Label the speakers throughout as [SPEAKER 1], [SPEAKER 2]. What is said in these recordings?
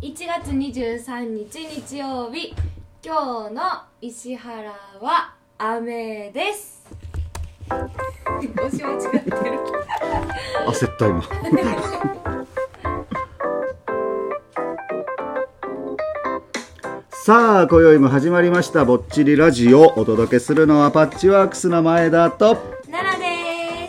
[SPEAKER 1] 1月23日日曜日今日の石原は雨です 帽子間違ってる
[SPEAKER 2] 焦った今 さあ今宵も始まりました「ぼっちりラジオ」お届けするのはパッチワークスの前田と
[SPEAKER 1] 奈良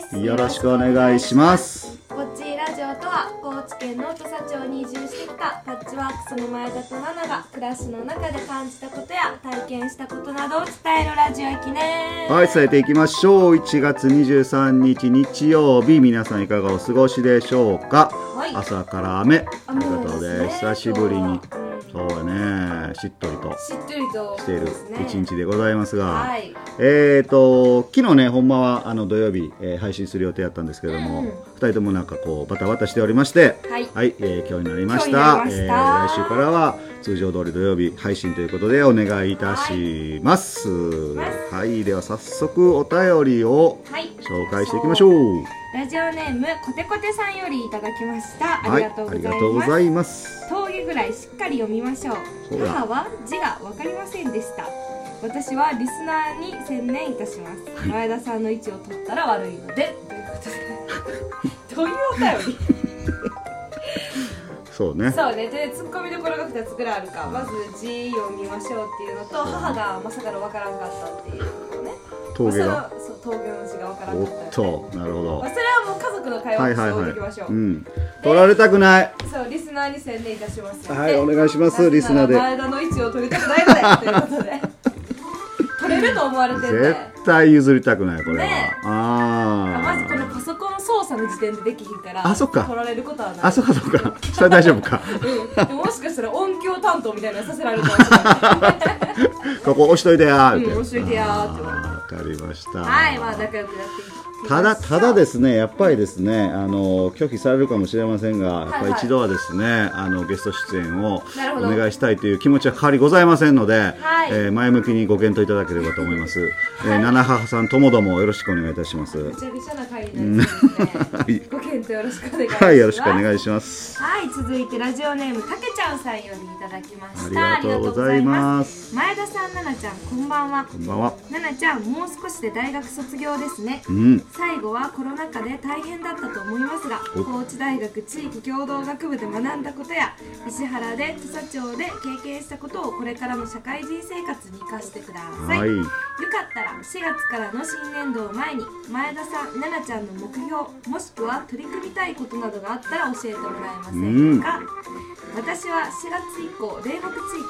[SPEAKER 1] です
[SPEAKER 2] よろしくお願いします
[SPEAKER 1] こっちラジオとは高知県の土佐町に移住してきたパッチワークスの前田と奈々が暮らしの中で感じたことや体験したことなどを伝えるラジオ駅ね
[SPEAKER 2] はい伝えていきましょう1月23日日曜日皆さんいかがお過ごしでしょうか
[SPEAKER 1] はい
[SPEAKER 2] 朝から雨と
[SPEAKER 1] あ
[SPEAKER 2] いう
[SPEAKER 1] も
[SPEAKER 2] こ
[SPEAKER 1] です
[SPEAKER 2] とで
[SPEAKER 1] ね
[SPEAKER 2] 久しぶりに
[SPEAKER 1] 今日はうん
[SPEAKER 2] そうだねしっとりと
[SPEAKER 1] しっとりと
[SPEAKER 2] している
[SPEAKER 1] ですね
[SPEAKER 2] 一日でございますが、
[SPEAKER 1] はい
[SPEAKER 2] えー、と昨日ね、ほんまはあの土曜日、えー配信する予定だったんですけれども、
[SPEAKER 1] うん
[SPEAKER 2] 二人ともなんかこうバタバタしておりまして、
[SPEAKER 1] はい
[SPEAKER 2] えー今日になりまし
[SPEAKER 1] 今
[SPEAKER 2] た
[SPEAKER 1] 日にな
[SPEAKER 2] え
[SPEAKER 1] りま
[SPEAKER 2] ー
[SPEAKER 1] した
[SPEAKER 2] 来週からは通常通り土曜日配信ということでお願いいたします。
[SPEAKER 1] は
[SPEAKER 2] はい、では早速お便りを
[SPEAKER 1] はい
[SPEAKER 2] 紹介していきましょう。
[SPEAKER 1] ラジオネームこてこてさんよりいただきましたあ
[SPEAKER 2] は
[SPEAKER 1] り
[SPEAKER 2] い、
[SPEAKER 1] がとう
[SPEAKER 2] あ
[SPEAKER 1] ござ
[SPEAKER 2] り
[SPEAKER 1] いま
[SPEAKER 2] が
[SPEAKER 1] す,、
[SPEAKER 2] とうございます。
[SPEAKER 1] 峠ぐらいしっかり読みましょう
[SPEAKER 2] そうだ
[SPEAKER 1] 母は字が分かりませんでした私はリスナーに専念いたします前田さんの位置を取ったら悪いのでという ことでどういうお便り
[SPEAKER 2] そうね。
[SPEAKER 1] そうねでツッコミどころが2つぐらいあるかまず字読みましょうっていうのと母がまさかの分からんかったっていうのね
[SPEAKER 2] 峠
[SPEAKER 1] まあ
[SPEAKER 2] が。
[SPEAKER 1] そのそう峠の字が分からん
[SPEAKER 2] おっ
[SPEAKER 1] かった
[SPEAKER 2] と、なるほど
[SPEAKER 1] まあ、。それはもう家族の会
[SPEAKER 2] は
[SPEAKER 1] 話
[SPEAKER 2] い
[SPEAKER 1] にし
[SPEAKER 2] はい
[SPEAKER 1] ておい
[SPEAKER 2] はい
[SPEAKER 1] ていきましょう、。
[SPEAKER 2] うん。取られたくない。
[SPEAKER 1] そうリスナーに専念いたしますので
[SPEAKER 2] はい、お願いします、リスナーで。
[SPEAKER 1] 前田の位置を取りたくないのでということで取れると思われてんで
[SPEAKER 2] 絶対譲りたくないこれは、
[SPEAKER 1] ねえ
[SPEAKER 2] あ
[SPEAKER 1] まずこの
[SPEAKER 2] ー
[SPEAKER 1] パソコンの操作の時点でできひんから
[SPEAKER 2] あそっか
[SPEAKER 1] 取られることはない
[SPEAKER 2] あそうかそうかそれ大丈夫か
[SPEAKER 1] うんでももしかしたら音響担当みたいなのさせられるかもしれない
[SPEAKER 2] ここ押しといてやーって、
[SPEAKER 1] うん押しといてやーって
[SPEAKER 2] あーわかりました
[SPEAKER 1] はいまあ仲良くやっていき
[SPEAKER 2] ただただ
[SPEAKER 1] す
[SPEAKER 2] ですねやっぱりですねあの拒否されるかもしれませんがやっぱ
[SPEAKER 1] はい
[SPEAKER 2] り
[SPEAKER 1] はい
[SPEAKER 2] 一度はですね、あのゲスト出演を
[SPEAKER 1] なる
[SPEAKER 2] お
[SPEAKER 1] ほど
[SPEAKER 2] 願いしたいという気持ちは変わりございませんので、
[SPEAKER 1] はい
[SPEAKER 2] えー前向きにご検討いただければと思います、えー七母さんともどもよろしくお願いいたします
[SPEAKER 1] ぐちゃぐちゃな会になりそうですね
[SPEAKER 2] はい
[SPEAKER 1] ご検討よろしくお願いします
[SPEAKER 2] はいよろしくお願いします
[SPEAKER 1] はい続いてラジオネームたけちゃんさんよりいただきま
[SPEAKER 2] あ
[SPEAKER 1] し
[SPEAKER 2] り
[SPEAKER 1] た
[SPEAKER 2] がとうございます
[SPEAKER 1] ありがとうございます前田さん奈々ちゃんこんばんは
[SPEAKER 2] こんばんは
[SPEAKER 1] 奈々ちゃんもう少しで大学卒業ですね
[SPEAKER 2] うん
[SPEAKER 1] 最後はコロナ禍で大変だったと思いますが
[SPEAKER 2] お
[SPEAKER 1] 高知大学地域共同学部で学んだことや石原で土佐町で経験したことをこれからの社会人生活に生かしてください、
[SPEAKER 2] はい
[SPEAKER 1] よかったら4月からの新年度を前に前田さん奈々ちゃんの目標もしくは取り組みたいことなどがあったら教えてもらえませんか、私は4月以降嶺北地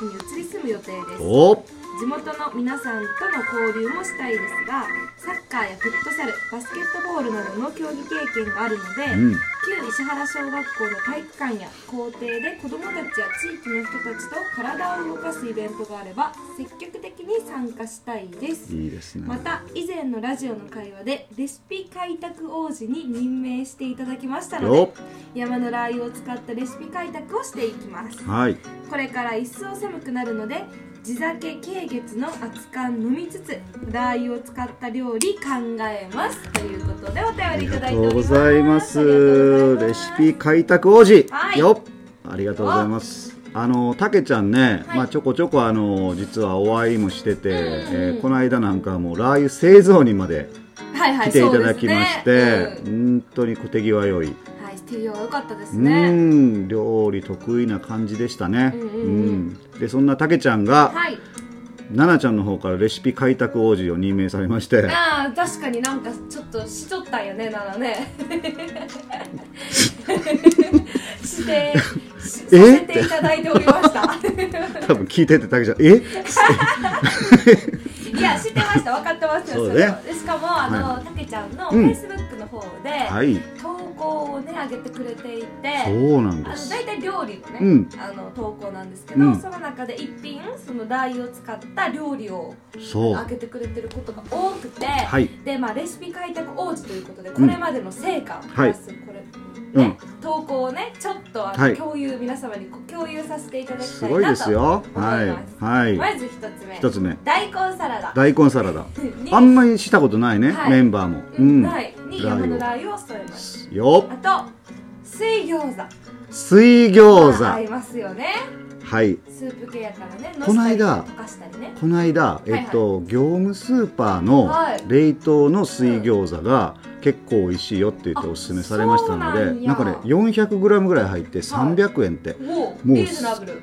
[SPEAKER 1] 域に移り住む予定です
[SPEAKER 2] お
[SPEAKER 1] 地元の皆さんとの交流もしたいですがサッカーやフットサルバスケットボールなどの競技経験があるので、
[SPEAKER 2] うん
[SPEAKER 1] 旧石原小学校の体育館や校庭で子どもたちや地域の人たちと体を動かすイベントがあれば積極的に参加したいです。
[SPEAKER 2] いいですね
[SPEAKER 1] また以前のラジオの会話でレシピ開拓王子に任命していただきましたの
[SPEAKER 2] よ
[SPEAKER 1] で山のラー油を使ったレシピ開拓をしていきます
[SPEAKER 2] はい
[SPEAKER 1] これから一層寒くなるので地酒軽月の熱燗飲みつつラー油を使った料理考えますということでお
[SPEAKER 2] あ
[SPEAKER 1] 便り
[SPEAKER 2] り
[SPEAKER 1] いた
[SPEAKER 2] が
[SPEAKER 1] だい
[SPEAKER 2] と
[SPEAKER 1] てお
[SPEAKER 2] う
[SPEAKER 1] り
[SPEAKER 2] ご
[SPEAKER 1] ます
[SPEAKER 2] ざいます
[SPEAKER 1] ありがとうござい
[SPEAKER 2] レ
[SPEAKER 1] ま
[SPEAKER 2] シ
[SPEAKER 1] す
[SPEAKER 2] ピ開拓王子、
[SPEAKER 1] はい
[SPEAKER 2] よっありがとうございますあのたけちゃんね、
[SPEAKER 1] はい
[SPEAKER 2] まあ、ちょこちょこあの実はお会いもしてて、
[SPEAKER 1] うん
[SPEAKER 2] えーこの間なんかはもうラー油製造にまで
[SPEAKER 1] はいはい
[SPEAKER 2] 来ていただきまして、
[SPEAKER 1] そうですね
[SPEAKER 2] 本当に小手際良い、
[SPEAKER 1] うんはい手際が良かったです
[SPEAKER 2] う
[SPEAKER 1] ね
[SPEAKER 2] ん料理得意な感じでしたね、
[SPEAKER 1] うんうんうん
[SPEAKER 2] うんでそんなたけちゃんが、
[SPEAKER 1] はい
[SPEAKER 2] ななちゃんの方からレシピ開拓王子を任命されまして
[SPEAKER 1] あー確かになんかちょっとしちょったんよねなら ねしてしさせていただいておりました
[SPEAKER 2] 多分聞いててたけちゃんえ
[SPEAKER 1] いや知ってました分かってますよ
[SPEAKER 2] そうね
[SPEAKER 1] れはでしかもあの、
[SPEAKER 2] は
[SPEAKER 1] たけちゃんの
[SPEAKER 2] う
[SPEAKER 1] フ
[SPEAKER 2] ん
[SPEAKER 1] ェイスブックの方で、
[SPEAKER 2] はい
[SPEAKER 1] 投稿をね上げてくれていて
[SPEAKER 2] そうなん
[SPEAKER 1] あ
[SPEAKER 2] で
[SPEAKER 1] の
[SPEAKER 2] す
[SPEAKER 1] 大体料理のね、
[SPEAKER 2] うん
[SPEAKER 1] あの投稿なんですけど、
[SPEAKER 2] うん
[SPEAKER 1] その中で一品そのラー油を使った料理を
[SPEAKER 2] そう
[SPEAKER 1] 上げてくれてることが多くて、
[SPEAKER 2] はい
[SPEAKER 1] でまあレシピ開拓王子ということでこれまでの成果をプラスこれ、
[SPEAKER 2] うん
[SPEAKER 1] ね投稿をねちょっとあの、
[SPEAKER 2] はい
[SPEAKER 1] 共有皆様にこ共有させていただき
[SPEAKER 2] す
[SPEAKER 1] たい
[SPEAKER 2] ごい
[SPEAKER 1] な
[SPEAKER 2] で
[SPEAKER 1] と
[SPEAKER 2] すよ
[SPEAKER 1] 思い
[SPEAKER 2] は
[SPEAKER 1] ます
[SPEAKER 2] いは
[SPEAKER 1] ま
[SPEAKER 2] い
[SPEAKER 1] ず一つ目
[SPEAKER 2] 一つ目
[SPEAKER 1] 大根サラダ
[SPEAKER 2] 大根サラダ
[SPEAKER 1] に
[SPEAKER 2] あんまりしたことないね、
[SPEAKER 1] はい
[SPEAKER 2] メンバーも
[SPEAKER 1] う
[SPEAKER 2] うんん、
[SPEAKER 1] はいに山のラー油を添えます
[SPEAKER 2] よ
[SPEAKER 1] あと水餃子
[SPEAKER 2] 水餃
[SPEAKER 1] まあ合い
[SPEAKER 2] 子
[SPEAKER 1] ますよね
[SPEAKER 2] はい
[SPEAKER 1] スープ系やからね
[SPEAKER 2] この間
[SPEAKER 1] のせたりとかしたりね
[SPEAKER 2] この間、
[SPEAKER 1] いはい
[SPEAKER 2] えっと業務スーパーの
[SPEAKER 1] はい
[SPEAKER 2] 冷凍の水餃子が結構美味しいよって言って
[SPEAKER 1] あ
[SPEAKER 2] おすすめされましたの
[SPEAKER 1] そ
[SPEAKER 2] で
[SPEAKER 1] うな
[SPEAKER 2] なんん
[SPEAKER 1] や
[SPEAKER 2] かね 400g ぐらい入って300円って
[SPEAKER 1] もう
[SPEAKER 2] もう
[SPEAKER 1] リーズナブル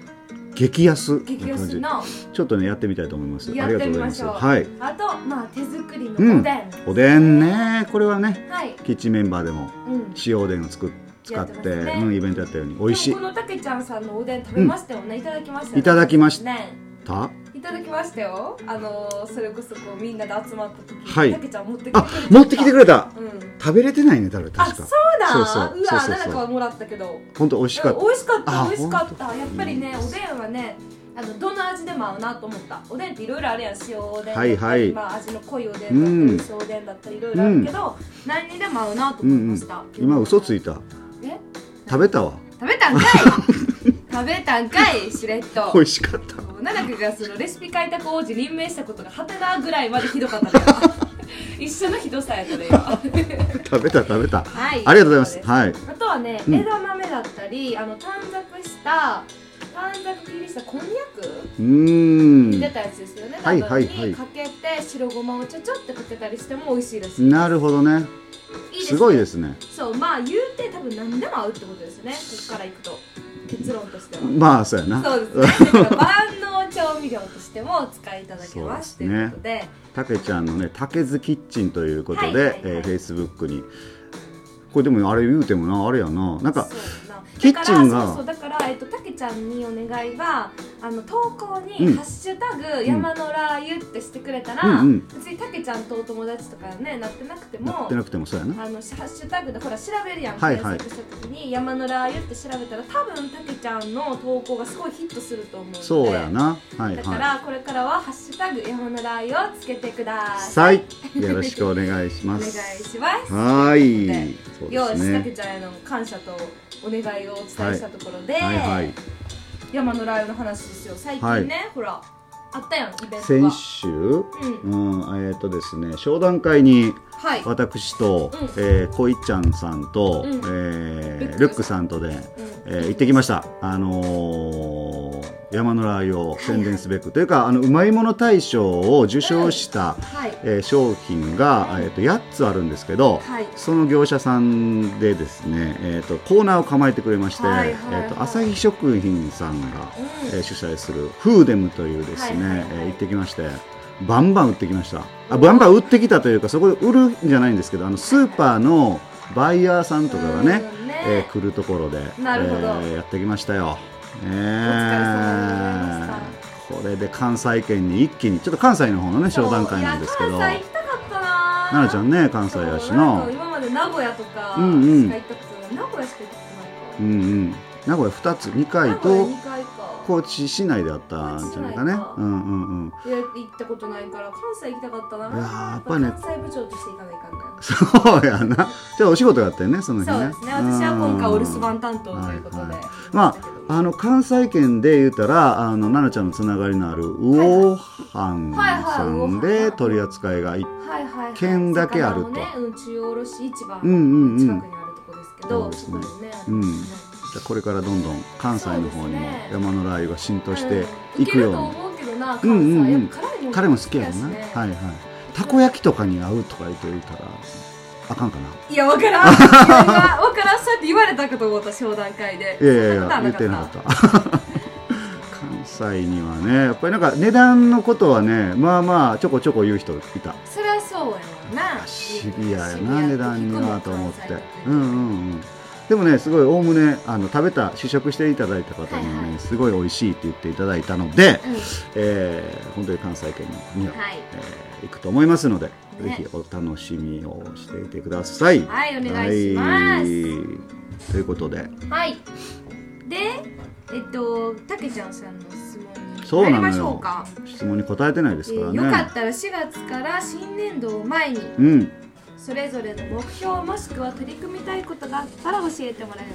[SPEAKER 2] 激安な
[SPEAKER 1] 激
[SPEAKER 2] 感
[SPEAKER 1] 安
[SPEAKER 2] じ
[SPEAKER 1] な
[SPEAKER 2] ちょっとねやってみたいと思います
[SPEAKER 1] や
[SPEAKER 2] あ
[SPEAKER 1] っ
[SPEAKER 2] り
[SPEAKER 1] て
[SPEAKER 2] がとう
[SPEAKER 1] み
[SPEAKER 2] ご
[SPEAKER 1] ま
[SPEAKER 2] ざいま
[SPEAKER 1] し
[SPEAKER 2] す
[SPEAKER 1] ょう
[SPEAKER 2] はい
[SPEAKER 1] あとまあ手作りのおで、
[SPEAKER 2] うんんおでんねこれはね
[SPEAKER 1] はい
[SPEAKER 2] キッチンメンバーでも
[SPEAKER 1] うん
[SPEAKER 2] 塩おでんを作っ使
[SPEAKER 1] やっ
[SPEAKER 2] ってて
[SPEAKER 1] ますね
[SPEAKER 2] うん、イベントやったように美味し
[SPEAKER 1] でもこのたけちゃんさんのおでん食べましたよね、いただきましたよね
[SPEAKER 2] いいただきまし
[SPEAKER 1] ね
[SPEAKER 2] た
[SPEAKER 1] いただきましたよあのーそれこそこうみんなで集まった時
[SPEAKER 2] はい
[SPEAKER 1] たけちゃん持ってきて
[SPEAKER 2] あ持ってきてくれた
[SPEAKER 1] うん
[SPEAKER 2] 食べれてないね多分
[SPEAKER 1] あ
[SPEAKER 2] 確
[SPEAKER 1] そ
[SPEAKER 2] か
[SPEAKER 1] うだ
[SPEAKER 2] そうそう
[SPEAKER 1] わ
[SPEAKER 2] そうそうそう
[SPEAKER 1] なんかはもらったけど
[SPEAKER 2] 本当美味しかった
[SPEAKER 1] うん美味しかった
[SPEAKER 2] あ
[SPEAKER 1] 美味しかった
[SPEAKER 2] ほんと
[SPEAKER 1] やっぱりねおでんはねあのどの味でも合うなと思ったおでんっていろいろあるやん塩おでんだったり、
[SPEAKER 2] はいはい
[SPEAKER 1] まあ、味の濃いおでんだったり
[SPEAKER 2] うん
[SPEAKER 1] 薄おでんだったりいろいろあるけど、何にでも合うなと思いました、
[SPEAKER 2] 今嘘つ
[SPEAKER 1] い
[SPEAKER 2] いた
[SPEAKER 1] え
[SPEAKER 2] 食べたわ
[SPEAKER 1] 食べ たんかい食べたんかいしれっと
[SPEAKER 2] 美味しかった
[SPEAKER 1] 奈良くがそのレシピ開拓王子任命したことがハテナぐらいまでひどかったから 一緒のひどさやったね今は
[SPEAKER 2] 食べた食べた
[SPEAKER 1] い
[SPEAKER 2] ありがとうございますはい
[SPEAKER 1] あとはね、
[SPEAKER 2] うん
[SPEAKER 1] 枝豆だったりあの短冊した短冊切りしたこんにゃく
[SPEAKER 2] う
[SPEAKER 1] 出
[SPEAKER 2] ー
[SPEAKER 1] たやつですよね、
[SPEAKER 2] はい
[SPEAKER 1] 多
[SPEAKER 2] はい
[SPEAKER 1] 分
[SPEAKER 2] はい
[SPEAKER 1] にかけて白ごまをちょちょってかけたりしても美味しいです
[SPEAKER 2] んなるほどね
[SPEAKER 1] いいです
[SPEAKER 2] すごいですすね
[SPEAKER 1] そうまあ言うて多分何でも合うってことですねここからいくと結論としては
[SPEAKER 2] まあそうやな
[SPEAKER 1] そうですねだから万能調味料としてもお使いいただけますと
[SPEAKER 2] そうですね
[SPEAKER 1] いうことで
[SPEAKER 2] たけちゃんのね「たけずキッチン」ということ
[SPEAKER 1] はいはいは
[SPEAKER 2] で
[SPEAKER 1] い
[SPEAKER 2] えー Facebook にこれでもあれ言うてもなあれやななんか
[SPEAKER 1] そうな
[SPEAKER 2] キッチンが
[SPEAKER 1] だからそうそうだからえっとたけちゃんにお願いはあの投稿
[SPEAKER 2] う
[SPEAKER 1] に
[SPEAKER 2] ん
[SPEAKER 1] 「ハッシュタグ山のラー油」ってしてくれたら、
[SPEAKER 2] うんうん
[SPEAKER 1] 別にたけちゃんとお友達とかねなってなくて
[SPEAKER 2] や
[SPEAKER 1] も
[SPEAKER 2] ってなくてもそうやな
[SPEAKER 1] あのしハッシュタグでほら調べるやん、
[SPEAKER 2] はいはい
[SPEAKER 1] 検索した時に「山のラー油」って調べたら多分たけちゃんの投稿がすごいヒットすると思うので
[SPEAKER 2] そうやなはい
[SPEAKER 1] だか
[SPEAKER 2] は
[SPEAKER 1] らこれからは「ハッシュタグ山のラー油」をつけてくだ
[SPEAKER 2] い
[SPEAKER 1] さい
[SPEAKER 2] さいよろしくお願いし
[SPEAKER 1] お
[SPEAKER 2] ま
[SPEAKER 1] 願い
[SPEAKER 2] す
[SPEAKER 1] します
[SPEAKER 2] はーいそう
[SPEAKER 1] よ
[SPEAKER 2] で
[SPEAKER 1] う
[SPEAKER 2] す
[SPEAKER 1] したけ
[SPEAKER 2] ね
[SPEAKER 1] ちゃんへの感謝とお願いをお伝えしたところで、
[SPEAKER 2] はいはい
[SPEAKER 1] 山のラー油の話ですよ最近ね、ほらあったやんイベントが
[SPEAKER 2] 先週
[SPEAKER 1] うん
[SPEAKER 2] うんえっ、とですね商談会に
[SPEAKER 1] はい、うん、
[SPEAKER 2] 私と、
[SPEAKER 1] うん
[SPEAKER 2] えーこいっちゃんさんと、
[SPEAKER 1] うん
[SPEAKER 2] えー
[SPEAKER 1] ルッ
[SPEAKER 2] ルッ
[SPEAKER 1] ク
[SPEAKER 2] ク
[SPEAKER 1] さ
[SPEAKER 2] さんとで、えー行ってきました、あのー山のラー油を宣伝すべく、というかあのうまいもの大賞を受賞した、
[SPEAKER 1] はい
[SPEAKER 2] えー商品が、えー、と8つあるんですけど、
[SPEAKER 1] はい
[SPEAKER 2] その業者さんでですね、えー、とコーナーを構えてくれまして、
[SPEAKER 1] はいはいはい
[SPEAKER 2] えー、と朝日食品さんが、
[SPEAKER 1] うん
[SPEAKER 2] えー主催するフーデムというですね、
[SPEAKER 1] はいはいはい
[SPEAKER 2] えー行ってきましてバンバン売ってきましたあバンバン売ってきたというかそこで売るんじゃないんですけどあのスーパーのバイヤーさんとかがね、
[SPEAKER 1] うん
[SPEAKER 2] えー来るところで、え
[SPEAKER 1] なるほど
[SPEAKER 2] ーやってきましたよ。
[SPEAKER 1] お
[SPEAKER 2] えー
[SPEAKER 1] 疲れ様でございま
[SPEAKER 2] これで関西圏に一気にちょっと関西の方のね
[SPEAKER 1] そう
[SPEAKER 2] 商談会なんですけど
[SPEAKER 1] いや関西行きたかったな
[SPEAKER 2] 奈々ちゃんね関西
[SPEAKER 1] そう
[SPEAKER 2] やし
[SPEAKER 1] なん
[SPEAKER 2] な
[SPEAKER 1] か今まで名古屋とかしか
[SPEAKER 2] う
[SPEAKER 1] 行
[SPEAKER 2] んうん
[SPEAKER 1] ったことない、名古屋しか行ったこ
[SPEAKER 2] うんうん名古屋2つ2
[SPEAKER 1] とな
[SPEAKER 2] 回
[SPEAKER 1] いか、名古屋
[SPEAKER 2] と
[SPEAKER 1] 二回か
[SPEAKER 2] 高知市内であったんじゃないかね
[SPEAKER 1] 高知市内か
[SPEAKER 2] うんうんうん
[SPEAKER 1] いや行ったことないから関西行きたかったない
[SPEAKER 2] やーやっぱりね
[SPEAKER 1] 関西部長として行かないかんな
[SPEAKER 2] そうやなじゃあお仕事があったよねその日ね
[SPEAKER 1] そうですね私は今回お留守
[SPEAKER 2] うん
[SPEAKER 1] 番担当ということで、
[SPEAKER 2] はいはいまあ、あの関西圏で言ったらあの奈々ちゃんのつながりのある魚飯さん
[SPEAKER 1] はいはい
[SPEAKER 2] で取り扱いがい
[SPEAKER 1] はいはいはい、
[SPEAKER 2] 県だけある
[SPEAKER 1] 魚
[SPEAKER 2] と
[SPEAKER 1] のね、うん、中央卸市場の
[SPEAKER 2] うんうんうん
[SPEAKER 1] 近くにあるとこですけど、
[SPEAKER 2] そうですね
[SPEAKER 1] そこでね
[SPEAKER 2] うん
[SPEAKER 1] あ
[SPEAKER 2] これからどんどん関西の方にも山のラー油が浸
[SPEAKER 1] の
[SPEAKER 2] 透して
[SPEAKER 1] うん
[SPEAKER 2] いく
[SPEAKER 1] ける
[SPEAKER 2] よう
[SPEAKER 1] と
[SPEAKER 2] に、
[SPEAKER 1] 思うけどな、関西、
[SPEAKER 2] うんうんうん
[SPEAKER 1] やっぱ辛いもん
[SPEAKER 2] 彼も好きやろな、
[SPEAKER 1] 好きやしね
[SPEAKER 2] はいはいたこ焼きとかに合うとか言っていたらあかんか ない
[SPEAKER 1] や、わからん。いや今わからん、そうやって言われたかと思った、商談会で。
[SPEAKER 2] いやいやいや
[SPEAKER 1] そん
[SPEAKER 2] 言
[SPEAKER 1] な
[SPEAKER 2] っ
[SPEAKER 1] こと
[SPEAKER 2] て
[SPEAKER 1] は
[SPEAKER 2] なかった 関西にはねやっぱりなんか値段のことはねまあまあちょこちょこ言う人いた
[SPEAKER 1] た。そりゃそうやわな。
[SPEAKER 2] シビアやな値段にはと思ってうん
[SPEAKER 1] ん。
[SPEAKER 2] うんうんでもねすごいおおむねあの食べた試食していただいた方には
[SPEAKER 1] はい
[SPEAKER 2] ね、
[SPEAKER 1] はい
[SPEAKER 2] すごい美味しいって言っていただいたの
[SPEAKER 1] う
[SPEAKER 2] で、
[SPEAKER 1] ん
[SPEAKER 2] えー本当に関西圏には、
[SPEAKER 1] はい。
[SPEAKER 2] えー行くと思いますので、
[SPEAKER 1] ね
[SPEAKER 2] ぜひお楽しみをしていてください。
[SPEAKER 1] はいお願いします
[SPEAKER 2] はいということで
[SPEAKER 1] はい。で、えっと、たけちゃんさんの質問に。
[SPEAKER 2] そうな
[SPEAKER 1] 参
[SPEAKER 2] のよ
[SPEAKER 1] りましょうか。
[SPEAKER 2] 質問に答えてないです
[SPEAKER 1] え
[SPEAKER 2] から
[SPEAKER 1] ー
[SPEAKER 2] ね。
[SPEAKER 1] よかったら4月から新年度を前に
[SPEAKER 2] うん、
[SPEAKER 1] それぞれの目標もしくは取り組みたいことがあったら教えてもらえ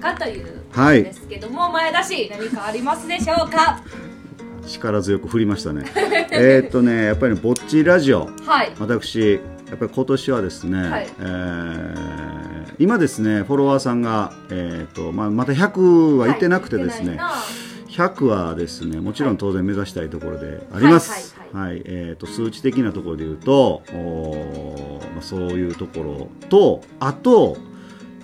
[SPEAKER 1] ませんかという
[SPEAKER 2] は
[SPEAKER 1] で
[SPEAKER 2] い、
[SPEAKER 1] すけども、前田氏何かありますでしょうか
[SPEAKER 2] 力強く振り ましたね。えーっとね、やっぱりねぼっちラジオ、
[SPEAKER 1] はい
[SPEAKER 2] 私、やっぱり今年はですね、
[SPEAKER 1] はい
[SPEAKER 2] えー今ですねフォロワーさんが、えーとまあ、また100はいってなくて
[SPEAKER 1] はい
[SPEAKER 2] です
[SPEAKER 1] 行っ
[SPEAKER 2] ね、
[SPEAKER 1] ないな
[SPEAKER 2] 100はですねもちろん当然目指したいところであります、
[SPEAKER 1] はい
[SPEAKER 2] はいえー、と数値的なところで言うとおーまあ、そういうところとあと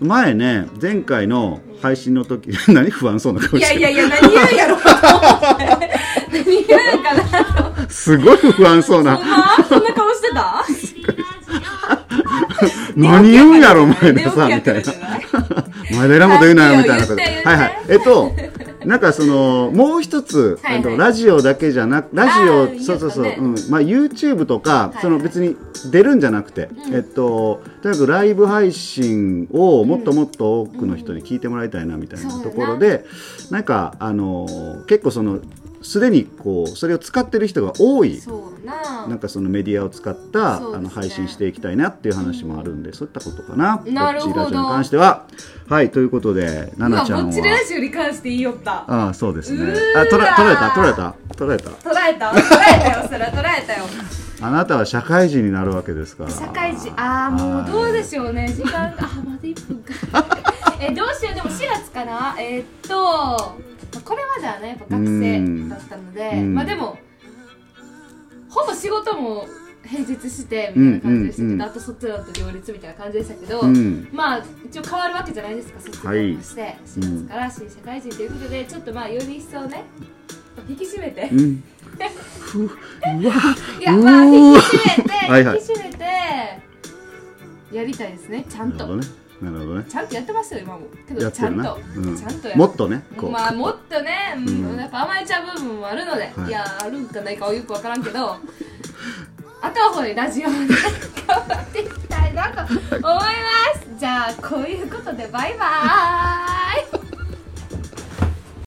[SPEAKER 2] 前ね前回の配信の時 何不安そうな顔
[SPEAKER 1] い
[SPEAKER 2] し
[SPEAKER 1] や
[SPEAKER 2] てる
[SPEAKER 1] いやいや何言うんや ろうと思って何言うんかなと思って
[SPEAKER 2] すごい不安そうな
[SPEAKER 1] ほんまそんな顔してた
[SPEAKER 2] 何言うんやろ前田さん
[SPEAKER 1] 寝起きや
[SPEAKER 2] みたい
[SPEAKER 1] った
[SPEAKER 2] な
[SPEAKER 1] じゃない
[SPEAKER 2] 前田ラモと言うなよみたい なこと
[SPEAKER 1] 言って言って
[SPEAKER 2] はいはいえっとなんかそのもう一つ、
[SPEAKER 1] はいはい
[SPEAKER 2] えっとラジオだけじゃなくラジ
[SPEAKER 1] あ
[SPEAKER 2] オ
[SPEAKER 1] ー
[SPEAKER 2] そうそうそう、
[SPEAKER 1] 言ったね
[SPEAKER 2] うんまあ YouTube とか、
[SPEAKER 1] はい
[SPEAKER 2] その別に出るんじゃなくて、
[SPEAKER 1] うん
[SPEAKER 2] えっととにかくライブ配信をもっともっと多くの人に聞いてもらいたいなみたいな
[SPEAKER 1] うん
[SPEAKER 2] ところで、なんかあの結構そのすでにこうそれを使ってる人が多い
[SPEAKER 1] そうな
[SPEAKER 2] なんかそのメディアを使った、
[SPEAKER 1] そうですね
[SPEAKER 2] あの配信していきたいなっていう話もあるんで、そういったことかな。
[SPEAKER 1] なるほど
[SPEAKER 2] ぼっちラジオに関しては。はい、ということで、な
[SPEAKER 1] 今
[SPEAKER 2] なちゃ
[SPEAKER 1] ぼ
[SPEAKER 2] ん
[SPEAKER 1] っちラ
[SPEAKER 2] は。
[SPEAKER 1] ジオに関して言いよった
[SPEAKER 2] ああ、そうですね
[SPEAKER 1] うー。わー
[SPEAKER 2] あ、取ら、取られた、取られた、取られた。
[SPEAKER 1] 捉えた捉えたよそら捉えたよ
[SPEAKER 2] あなたは社会人になるわけですから。
[SPEAKER 1] 社会人ああもうどうでしょうね時間があーまだ1分 かえどうしようでも4月かなえーっとまあこれまではねやっぱ学生だったので
[SPEAKER 2] うん
[SPEAKER 1] まあでもほぼ仕事も平日してみたいな感じでしたけど、
[SPEAKER 2] うんうんうん
[SPEAKER 1] あと卒業と両立みたいな感じでしたけど、
[SPEAKER 2] うん。
[SPEAKER 1] まあ一応変わるわけじゃないですか卒業もして、4月から新社会人ということでちょっとまあより一層ね引き締めて
[SPEAKER 2] うん。
[SPEAKER 1] いや、まあ、
[SPEAKER 2] う
[SPEAKER 1] 引
[SPEAKER 2] ー
[SPEAKER 1] き締めて、
[SPEAKER 2] はいはい
[SPEAKER 1] 引き締めて、やりたいですね、ちゃ
[SPEAKER 2] なんるほど
[SPEAKER 1] と。
[SPEAKER 2] ね。なるほどね。
[SPEAKER 1] ちゃんとやってますよ、今も。け
[SPEAKER 2] や
[SPEAKER 1] ど、
[SPEAKER 2] っ
[SPEAKER 1] ち
[SPEAKER 2] て
[SPEAKER 1] ゃ
[SPEAKER 2] る
[SPEAKER 1] ん
[SPEAKER 2] な。
[SPEAKER 1] と
[SPEAKER 2] う。ん
[SPEAKER 1] ちゃんとや
[SPEAKER 2] もっとね、こう。
[SPEAKER 1] まあ、もっとね、うん
[SPEAKER 2] うん
[SPEAKER 1] やっぱ甘えちゃう部分もあるので、
[SPEAKER 2] はい
[SPEAKER 1] いや、あるんかないかはよくわからんけど、 あとはほら、ラジオで頑張っていきたいなと思います。じゃあ、こういうことで、バイバーイ